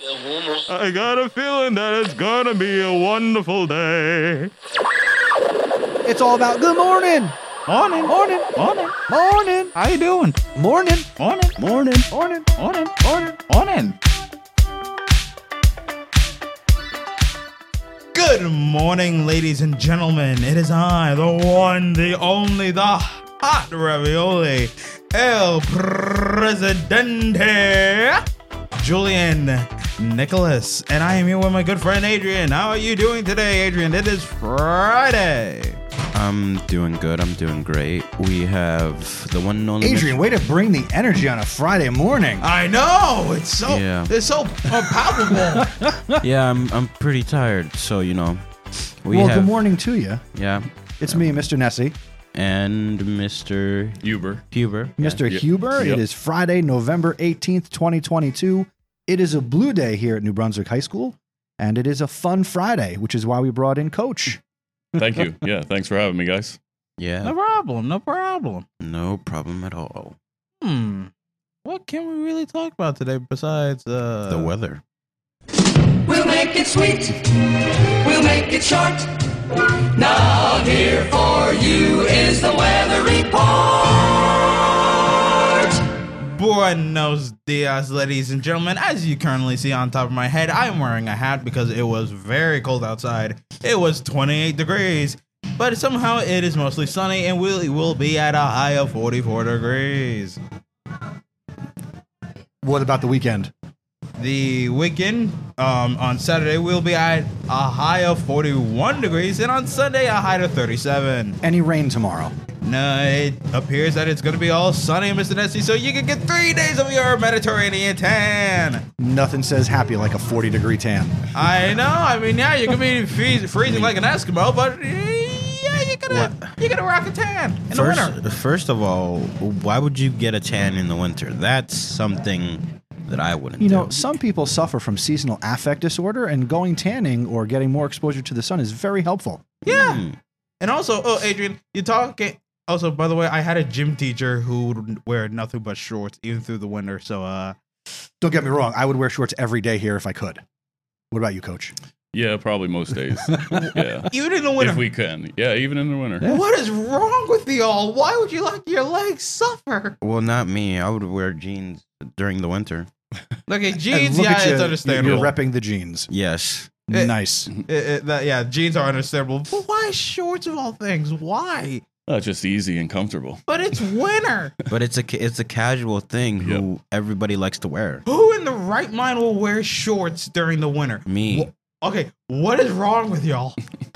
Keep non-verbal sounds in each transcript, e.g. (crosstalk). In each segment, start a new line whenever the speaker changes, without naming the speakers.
I got a feeling that it's gonna be a wonderful day.
It's all about good morning,
Morning,
morning,
morning.
morning,
How you doing?
morning,
Morning,
morning, morning.
morning, morning, morning.
Good morning, ladies and gentlemen. It is I, the one, the only, the hot ravioli, El Presidente, Julian Nicholas, and I am here with my good friend Adrian. How are you doing today, Adrian? It is Friday.
I'm doing good. I'm doing great. We have the one and only
Adrian, way to bring the energy on a Friday morning.
I know it's so
Yeah.
it's so palpable.
Mitch- Yeah, I'm, I'm pretty tired. So you know, we
well,
have
good morning to you.
yeah,
It's me, Mr. Nessie,
and Mr.
Uber.
Huber. Yeah.
Mr. Huber.
Yep.
It is Friday, November 18th, 2022. It is a blue day here at New Brunswick High School, and it is a fun Friday, which is why we brought in Coach.
(laughs)
Thank you. Yeah, thanks for having me, guys.
Yeah,
(laughs) no problem. No problem.
no problem at all.
Hmm. What can we really talk about today besides uh,
The weather.
We'll make it sweet. We'll make it short. Now here for you is the weather report.
Buenos dias, ladies and gentlemen. As you currently see on top of my head, I'm wearing a hat because it was very cold outside. It was 28 degrees, but somehow it is mostly sunny and we will be at a high of 44 degrees.
What about the weekend?
The weekend um, on Saturday will be at a high of 41 degrees, and on Sunday, a high of 37.
Any rain tomorrow?
No, it appears that it's going to be all sunny, Mr. Nessie, so you can get three days of your Mediterranean tan.
Nothing says happy like a 40 degree tan.
I know. I mean, yeah, you could be freez- freezing like an Eskimo, but eh, yeah, you gotta you gotta rock a tan in
first,
the winter.
first of all, why would you get a tan in the winter? That's something that I wouldn't.
You know,
do.
some people suffer from seasonal affect disorder, and going tanning or getting more exposure to the sun is very helpful.
Yeah.
Mm.
And also, oh, Adrian, you talking. Also, by the way, I had a gym teacher who would wear nothing but shorts even through the winter. So, uh,
Don't get me wrong, I would wear shorts every day here if I could. What about you, coach?
Yeah, probably
(laughs)
most days. yeah.
even in the winter,
If we can. Yeah, even in the winter.
what is wrong with y'all? Why would you let your legs suffer?
Well, not me. I would wear jeans during the winter.
Okay,
And
jeans,
look
yeah,
at you,
it's understandable.
You're repping the jeans.
(laughs) Yes.
Eh.
nice.
It- it- that- yeah, jeans are understandable. But why shorts of all things? Why?
Uh, just easy and comfortable.
But it's winter.
But it's a ca- it's a casual thing who everybody likes to wear.
Who in the right mind will wear shorts during the winter?
Me.
Wh- okay, what is wrong with y'all?
I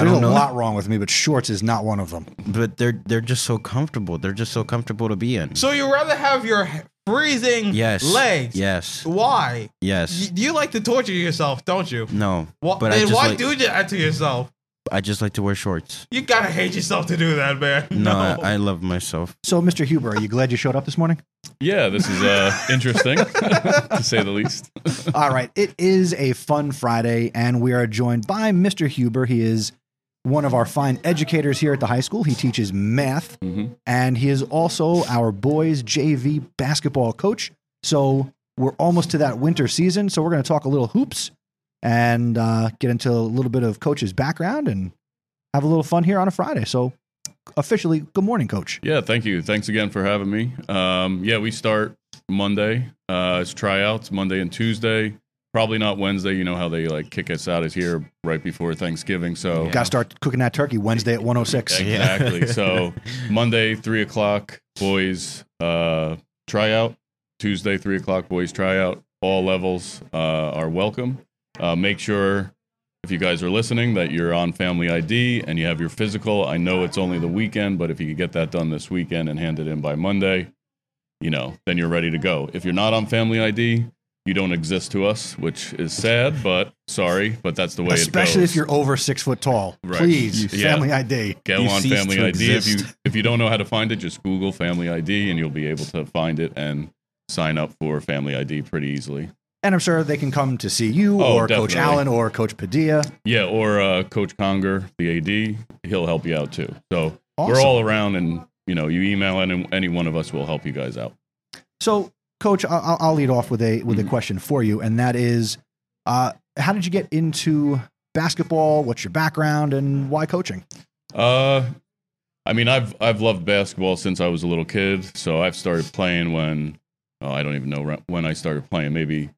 There's
don't
a
know.
lot wrong with me, but shorts is not one of them.
but they're they're just so comfortable. They're just so comfortable to be in.
So you rather have your h- freezing
yes,
legs?
Yes,
Why?
yes.
Y- you like to torture yourself, don't you?
no,
Wha-
but I
and
just
why
like
do that to yourself?
I just like to wear shorts.
You gotta hate yourself to do that, man.
No,
(laughs)
I, I love myself.
So, Mr. Huber, are you glad you showed up this morning?
Yeah, this
(laughs)
is uh, interesting, to say the least.
All right. It is a fun Friday, and we are joined by Mr. Huber. He is one of our fine educators here at the high school. He teaches math,
Mhm.
and he is also our boys' JV basketball coach. So, we're almost to that winter season. So, we're going to talk a little hoops and uh, get into a little bit of coach's background and have a little fun here on a Friday. So, officially, good morning, coach.
Yeah, thank you. Thanks again for having me. Um, yeah, we start Monday. Uh, it's tryouts Monday and Tuesday. Probably not Wednesday. You know how they like kick us out of here right before Thanksgiving. So
Got to start cooking that turkey Wednesday at 106.
Exactly.
(laughs)
so Monday, three o'clock, boys uh, tryout. Tuesday, three o'clock, boys tryout. All levels uh, are welcome. Uh, make sure if you guys are listening that you're on family ID and you have your physical. I know it's only the weekend, but if you could get that done this weekend and hand it in by Monday, you know, then you're ready to go. If you're not on family ID, you don't exist to us, which is sad, but sorry, but that's the way
especially
it goes.
if you're over six foot tall.
Right.
Please,
Yeah.
family ID.
Go
You
on
cease
Family
to
ID. If you
exist.
if you don't know how to find it, just Google Family ID and you'll be able to find it and sign up for Family ID pretty easily.
And I'm sure they can come to see you
Oh,
or Coach
definitely.
Allen or Coach Padilla.
Yeah, or uh, Coach Conger, the AD, he'll help you out too. So
Awesome.
we're all around, and you know, you email and any one of us will help you guys out.
So Coach, I- I'll, I'll lead off with a with a
Mm-hmm.
question for you, and that is, uh, how did you get into basketball? What's your background, and why coaching?
Uh, I mean, I've I've loved basketball since I was a little kid. So I've started playing when oh, I don't even know re- when I started playing. Maybe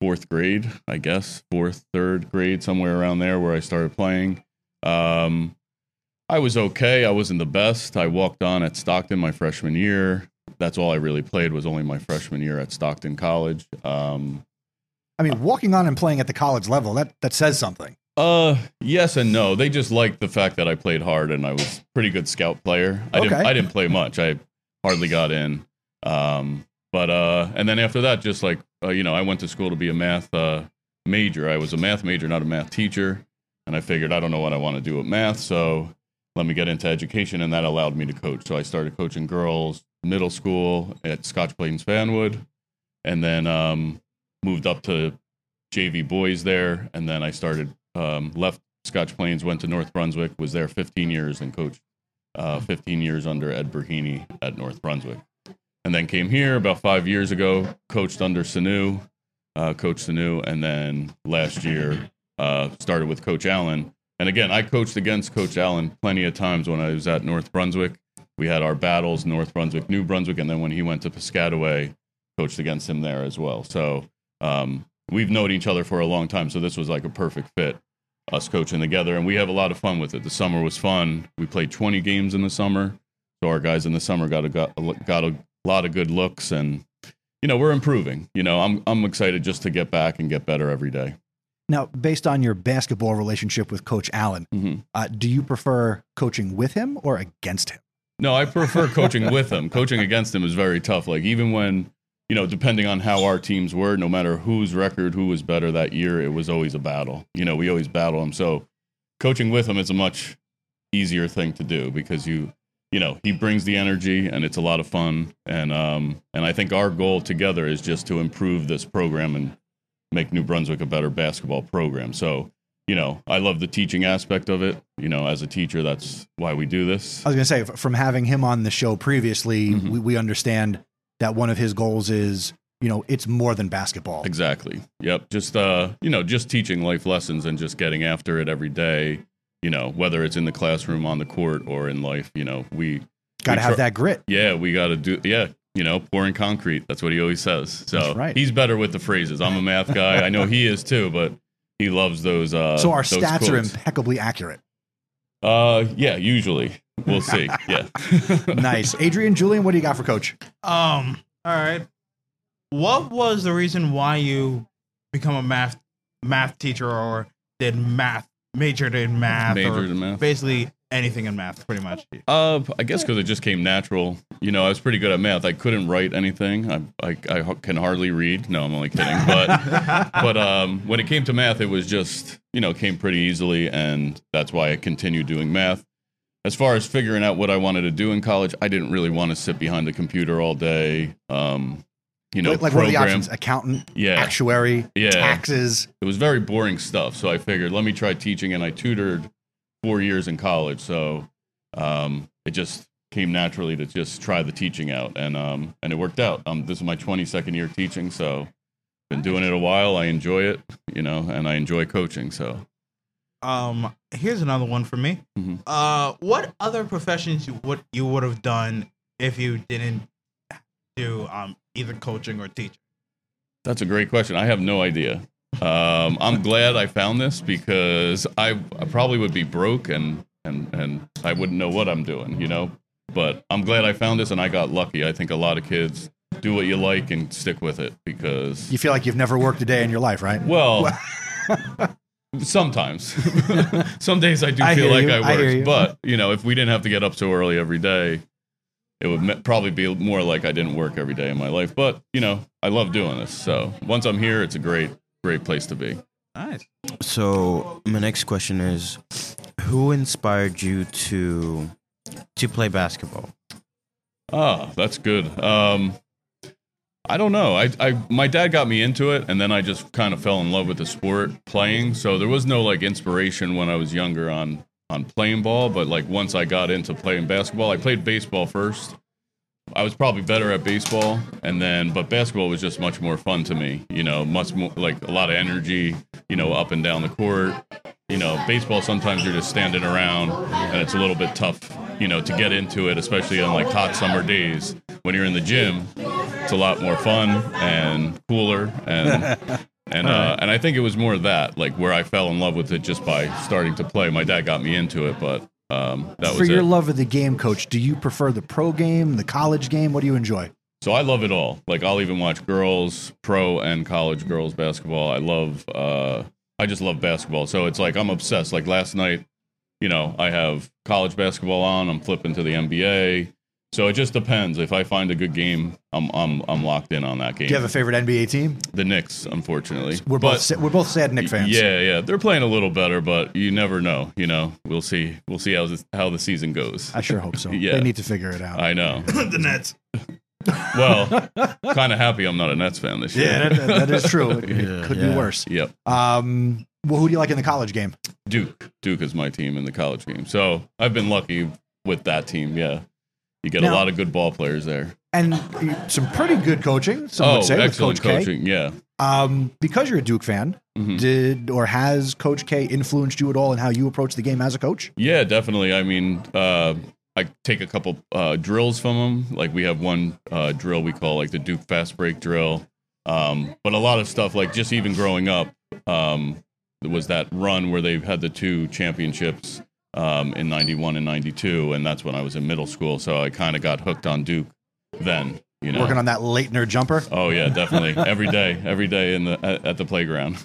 fourth grade, I guess fourth, third grade, somewhere around there where I started playing. Um, I was okay. I wasn't the best. I walked on at Stockton my freshman year. That's all I really played was only my freshman year at Stockton College. Um,
I mean, walking on and playing at the college level that that says something.
Uh, yes and no. They just liked the fact that I played hard and I was a pretty good scout player. I didn't
Okay.
I didn't play much. I hardly got in. Um, but uh, and then after that, just like uh, you know, I went to school to be a math uh major. I was a math major, not a math teacher. And I figured I don't know what I want to do with math, so let me get into education, and that allowed me to coach. So I started coaching girls middle school at Scotch Plains Fanwood, and then um, moved up to JV boys there, and then I started um, left Scotch Plains, went to North Brunswick, was there 15 years, and coached uh, 15 years under Ed Burhini at North Brunswick, and then came here about five years ago, coached under Sanu, uh, Coach Sanu, and then last year uh, started with Coach Allen. And again, I coached against Coach Allen plenty of times when I was at North Brunswick. We had our battles, North Brunswick, New Brunswick, and then when he went to Piscataway, coached against him there as well. So um, we've known each other for a long time, so this was like a perfect fit, us coaching together, and we have a lot of fun with it. The summer was fun. We played 20 games in the summer, so our guys in the summer got a got a, lo- got a lot of good looks, and you know we're improving. You know I'm I'm excited just to get back and get better every day.
Now, based on your basketball relationship with Coach Allen,
Mm-hmm.
uh, do you prefer coaching with him or against him?
No, I prefer coaching with him. Coaching against him is very tough. Like even when you know, depending on how our teams were, no matter whose record, who was better that year, it was always a battle. You know, we always battle him. So coaching with him is a much easier thing to do because you you know, he brings the energy and it's a lot of fun. And um and I think our goal together is just to improve this program and make New Brunswick a better basketball program. So you know, I love the teaching aspect of it. You know, as a teacher, that's why we do this.
I was going to say, f- from having him on the show previously,
Mhm.
we, we understand that one of his goals is, you know, it's more than basketball.
Exactly. Yep. Just uh, you know, just teaching life lessons and just getting after it every day. You know, whether it's in the classroom, on the court, or in life. You know, we
Got to
we
have
try-
that grit.
yeah, we got to do yeah. You know, pouring concrete. That's what he always says. So
That's right.
he's better with the phrases. I'm a math guy. I know he is too, but he loves those. Uh,
so our
those
stats are
quotes. (laughs)
impeccably accurate.
Uh, yeah, usually we'll see.
(laughs)
Yeah.
Nice. Adrian, Julian, what do you got for coach?
Um. All right. What was the reason why you become a math math teacher or did math majored in math or
Majored in math.
basically anything in math? Pretty much.
Uh, I guess because it just came natural. You know, I was pretty good at math. I couldn't write anything. I, I, I h- can hardly read. No, I'm only kidding.
(laughs)
But but um, when it came to math, it was just you know came pretty easily, and that's why I continued doing math. As far as figuring out what I wanted to do in college, I didn't really want to sit behind the computer all day. Um, you know,
like like what are
program.
the options? Accountant,
Yeah,
actuary,
Yeah.
taxes.
it was very boring stuff. So I figured, let me try teaching, and I tutored four years in college. So um, it just came naturally to just try the teaching out, and um, and it worked out. Um, this is my 22nd year teaching, so been doing it a while. I enjoy it, you know, and I enjoy coaching. So
Um. Here's another one for me.
Mhm.
Uh. What other professions you would you would have done if you didn't do um either coaching or teaching?
that's a great question. I have no idea. Um, I'm glad I found this because I, I probably would be broke and and and I wouldn't know what I'm doing, you know. But I'm glad I found this and I got lucky. I think a lot of kids do what you like and stick with it because
You feel like you've never worked a day in your life, right?
well, (laughs)
(laughs)
sometimes. Some days I do
I
feel
hear
like
you.
I
I hear
worked,
you.
but you know, if we didn't have to get up so early every day, it would me- probably be more like I didn't work every day in my life. But you know, I love doing this. So once I'm here, it's a great, great place to be.
Nice.
So my next question is, who inspired you to to play basketball?
Ah, that's good. Um, I don't know. I, I my dad got me into it, and then I just kind of fell in love with the sport playing. So there was no like inspiration when I was younger on on playing ball, but like once I got into playing basketball, I played baseball first. I was probably better at baseball, and then but basketball was just much more fun to me. You know, much more like a lot of energy. You know, up and down the court. You know, baseball sometimes you're just standing around, and it's a little bit tough. You know, to get into it, especially on like hot summer days when you're in the gym. It's a lot more fun and cooler, and and uh, and I think it was more of that, like where I fell in love with it just by starting to play. My dad got me into it, but um, that
For
was
your
it.
love of the game, coach, do you prefer the pro game, the college game? What do you enjoy?
So I love it all. Like I'll even watch girls, pro and college girls basketball. I love uh I just love basketball. So it's like I'm obsessed. Like last night, you know, I have college basketball on, I'm flipping to the NBA. So it just depends. If I find a good game, I'm I'm I'm locked in on that game.
Do you have a favorite NBA team?
the Knicks, unfortunately.
We're
But-
both sa- we're both sad Nick fans.
Yeah, yeah. They're playing a little better, but you never know, you know. We'll see. We'll see how this, how the season goes.
I sure hope
(laughs)
so.
Yeah.
They need to figure it out.
I know.
(coughs) the Nets.
Well, kind of happy I'm not a Nets fan this year.
yeah, that- that- that is
(laughs)
true. It, it
Yeah,
could be
yeah.
worse.
Yep.
Um, well, who do you like in the college game?
Duke. Duke is my team in the college game. So I've been lucky with that team. Yeah. You get
Now-
a lot of good ball players there.
And some pretty good coaching. Some
Oh,
would say, with
excellent
Coach K.
coaching. Yeah.
Um, because you're a Duke fan,
Mhm.
did or has Coach K influenced you at all in how you approach the game as a coach?
Yeah, definitely. I mean, uh, I take a couple uh, drills from them. Like we have one uh, drill we call like the Duke fast break drill. Um, but a lot of stuff like just even growing up um, was that run where they had the two championships um, in '91 and '92, and that's when I was in middle school. So I kind of got hooked on Duke then. You know.
Working on that Leitner jumper.
Oh yeah, definitely. Every day, every day in the at, at the playground.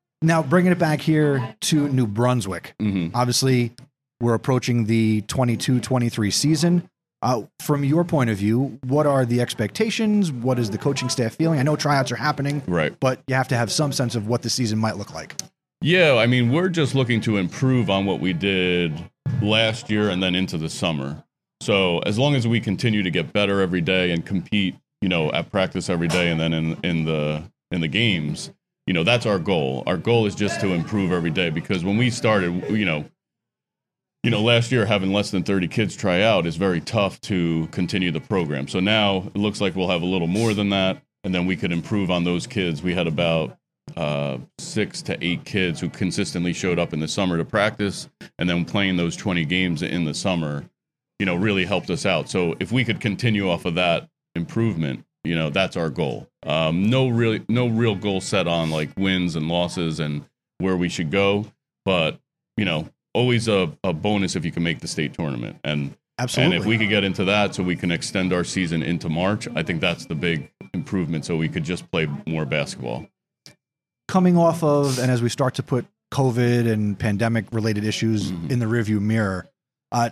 (laughs)
Now bringing it back here to New Brunswick.
hmm
Obviously, we're approaching the 22-23 season. Uh, from your point of view, what are the expectations? What is the coaching staff feeling? I know tryouts are happening,
Right.
but you have to have some sense of what the season might look like.
Yeah, I mean, we're just looking to improve on what we did last year and then into the summer. So as long as we continue to get better every day and compete, you know, at practice every day and then in, in the in the games, you know, that's our goal. Our goal is just to improve every day because when we started, you know, you know, last year having less than 30 kids try out is very tough to continue the program. So now it looks like we'll have a little more than that, and then we could improve on those kids. We had about uh, six to eight kids who consistently showed up in the summer to practice, and then playing those 20 games in the summer, you know, really helped us out. So if we could continue off of that improvement, you know, that's our goal. Um, no really, no real goal set on like wins and losses and where we should go, but you know, always a, a bonus if you can make the state tournament. And
Absolutely.
and if we could get into that so we can extend our season into March, I think that's the big improvement so we could just play more basketball.
coming off of and as we start to put COVID and pandemic related issues
Mhm.
in the rearview mirror, uh,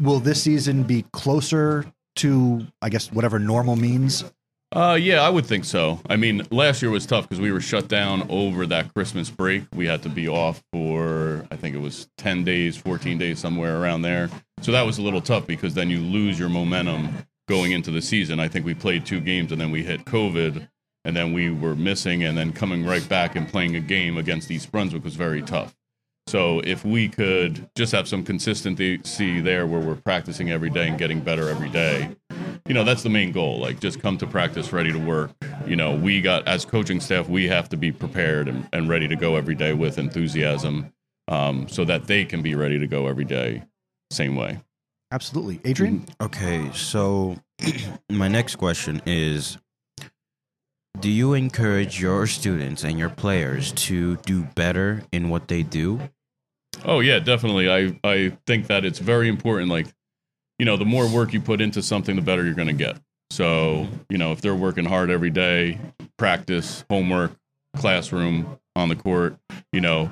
will this season be closer to, I guess, whatever normal means?
Uh, yeah, I would think so. I mean, last year was tough because we were shut down over that Christmas break. We had to be off for, I think it was 10 days, 14 days, somewhere around there. So that was a little tough because then you lose your momentum going into the season. I think we played two games and then we hit COVID and then we were missing and then coming right back and playing a game against East Brunswick was very tough. So if we could just have some consistency there where we're practicing every day and getting better every day, you know, that's the main goal. Like just come to practice ready to work. You know, we got as coaching staff, we have to be prepared and, and ready to go every day with enthusiasm um, so that they can be ready to go every day same way.
Absolutely. Adrian?
Mm-hmm.
Okay, so (clears throat) my next question is Do you encourage your students and your players to do better in what they do?
Oh yeah, definitely. I I think that it's very important. Like, you know, the more work you put into something, the better you're going to get. So, you know, if they're working hard every day, practice, homework, classroom, on the court, you know,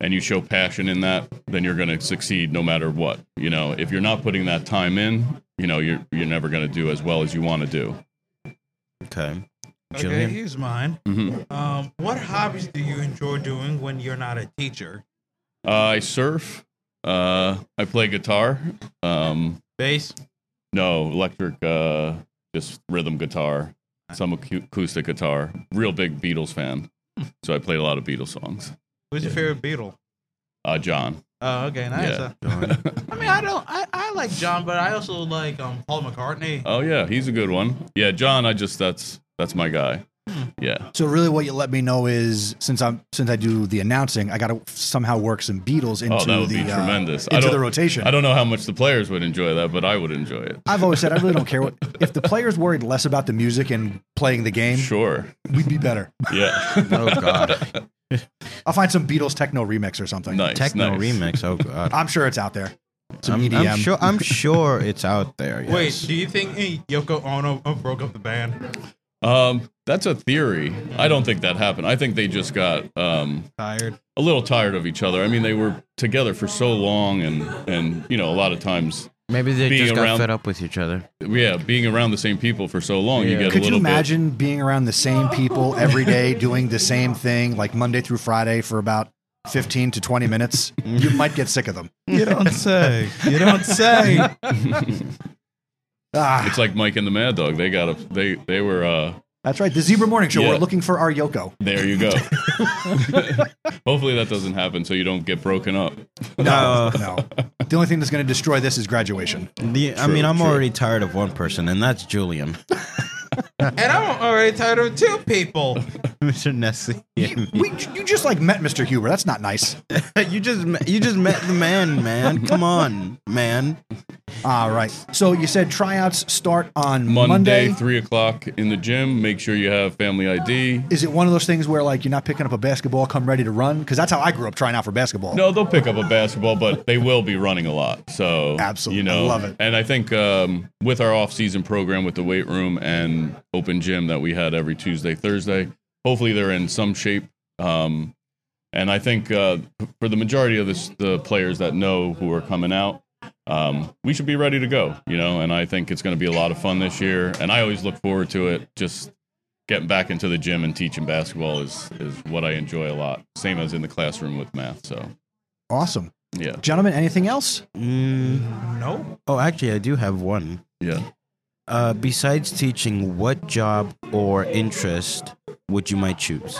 and you show passion in that, then you're going to succeed no matter what. You know, if you're not putting that time in, you know, you're you're never going to do as well as you want to do.
Okay.
Okay,
Jillian?
here's mine.
hmm
Um, what hobbies do you enjoy doing when you're not a teacher?
Uh, I surf. Uh, I play guitar. Um,
Bass.
No, electric, uh, just rhythm guitar, some acu- acoustic guitar. Real big
(laughs)
Beatles fan, so I played a lot of Beatles songs.
Who's your favorite Beatle?
Uh, John,
Oh, okay, nice.
Yeah.
John.
(laughs) I mean, I don't. I, I like John, but I also like um Paul McCartney.
Oh yeah, he's a good one. Yeah, John. I just that's that's my guy.
Hmm.
Yeah.
So really, what you let me know is since I'm since I do the announcing, I got to somehow work some Beatles into
Oh, that would
the
be
uh,
tremendous. I
into the
don't-
rotation.
I don't know how much the players would enjoy that, but I would enjoy it.
I've always said I really don't care what if the players worried less about the music and playing the game,
Sure.
we'd be better.
Yeah. (laughs)
(laughs)
Oh God,
I'll find some Beatles techno remix or something.
nice.
techno
nice.
remix.
(laughs)
Oh God,
I'm sure it's out there. Some E
I'm,
EDM.
I'm sure. I'm sure it's out there. Yes.
Wait, do you think eh, Yoko Ono uh, broke up the band?
Um, that's a theory. I don't think that happened. I think they just got um,
Tired.
a little tired of each other. I mean, they were together for so long, and and you know, a lot of times,
Maybe they
being
just got
around-
fed up with each other.
yeah, being around the same people for so long, you
Yeah.
get a
Could you
little bit.
imagine being around the same people every day, (laughs) doing the same thing, like Monday through Friday for about 15 to 20 minutes? you might get sick of them.
You don't say. You don't (laughs) say.
Ah,
It's like Mike and the Mad Dog. They got a they they were. uh
that's right. The Zebra Morning Show. We're
Yeah.
looking for our Yoko.
There you go.
(laughs)
Hopefully that doesn't happen, so you don't get broken up.
No, no. The only thing that's going to destroy this is graduation.
The- I
True,
mean, I'm
true.
already tired of one person, and that's Julian, (laughs)
and I'm already tired of two people.
Mr. Nessie.
You, we, you just like met Mr. Huber. That's not nice.
(laughs) you just met, you just met the man, man. Come on, man.
All right. So you said tryouts start on
Monday,
Monday.
three o'clock in the gym. Make sure you have family ID.
Is it one of those things where like you're not picking up a basketball, come ready to run? Because that's how I grew up trying out for basketball.
No, they'll pick up a basketball, but they will be running a lot. So
Absolutely.
you know,
I love it.
And I think um, with our off-season program, with the weight room and open gym that we had every Tuesday, Thursday, hopefully they're in some shape. Um, and I think uh, for the majority of this, the players that know who are coming out, um, we should be ready to go. You know, and I think it's going to be a lot of fun this year. And I always look forward to it. Just getting back into the gym and teaching basketball is is what I enjoy a lot. Same as in the classroom with math. So.
Awesome.
Yeah.
Gentlemen, anything else?
Mm,
No.
oh, actually, I do have one.
Yeah.
Uh, besides teaching, what job or interest would you might choose?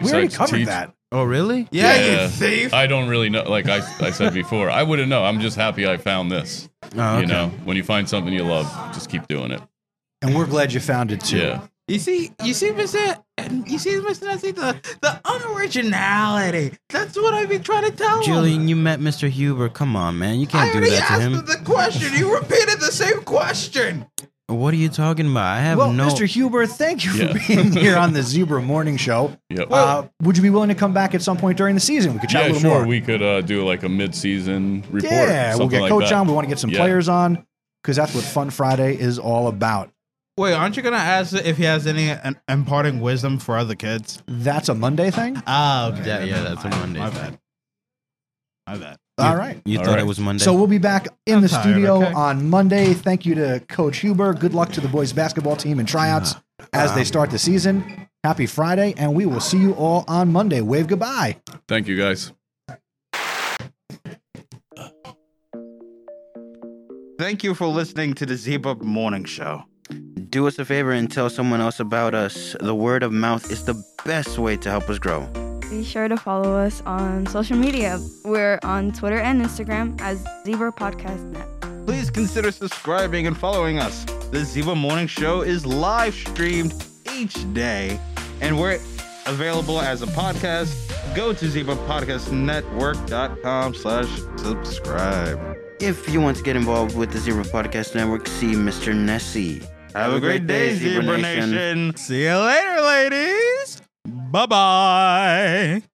We already
Besides
covered
teach-
that.
Oh, really?
Yeah,
Yeah.
you thief.
I don't really know. Like I, I said before, I wouldn't know. I'm just happy I found this.
Oh,
You know, when you find something you love, just keep doing it.
And we're glad you found it too.
Yeah.
You see, you see, Mister, you see, Mister Nessie, the the unoriginality. That's what I've been trying to tell him.
Julian, you met Mr. Huber. Come on, man. You
I
can't do
already
that to
asked
him.
him the question. You repeated the same question.
What are you talking about? I have
Well,
no.
Mr. Huber, thank you for
Yeah.
being here
(laughs)
on the Zebra Morning Show.
Yep.
Uh, would you be willing to come back at some point during the season? We could chat a
yeah,
little
sure.
more.
We could uh, do like a mid-season report.
yeah, we'll
something
get
like
Coach
that.
on. We want to get some
Yeah.
players on because that's what Fun Friday is all about.
Wait, aren't you gonna ask if he has any an, imparting wisdom for other kids?
That's a Monday thing.
Oh,
Yeah, yeah, that's a Monday.
My bad. My bad.
All right.
You
All
thought it
right.
was Monday.
So we'll be back in the
tired,
studio
okay?
on Monday. Thank you to Coach Huber. Good luck to the boys basketball team in tryouts as they start the season. Happy Friday, and we will see you all on Monday. Wave goodbye.
Thank you, guys.
Thank you for listening to the Zebra Morning Show.
do us a favor and tell someone else about us. The word of mouth is the best way to help us grow.
Be sure to follow us on social media. We're on Twitter and Instagram as Zebra Podcast Net.
Please consider subscribing and following us. The Zebra Morning Show is live streamed each day, and we're available as a podcast. Go to zebrapodcastnetwork.com slash subscribe.
If you want to get involved with the Zebra Podcast Network, see Mr. Nessie.
Have a great day, Zebra Nation.
See you later, ladies. Bye bye.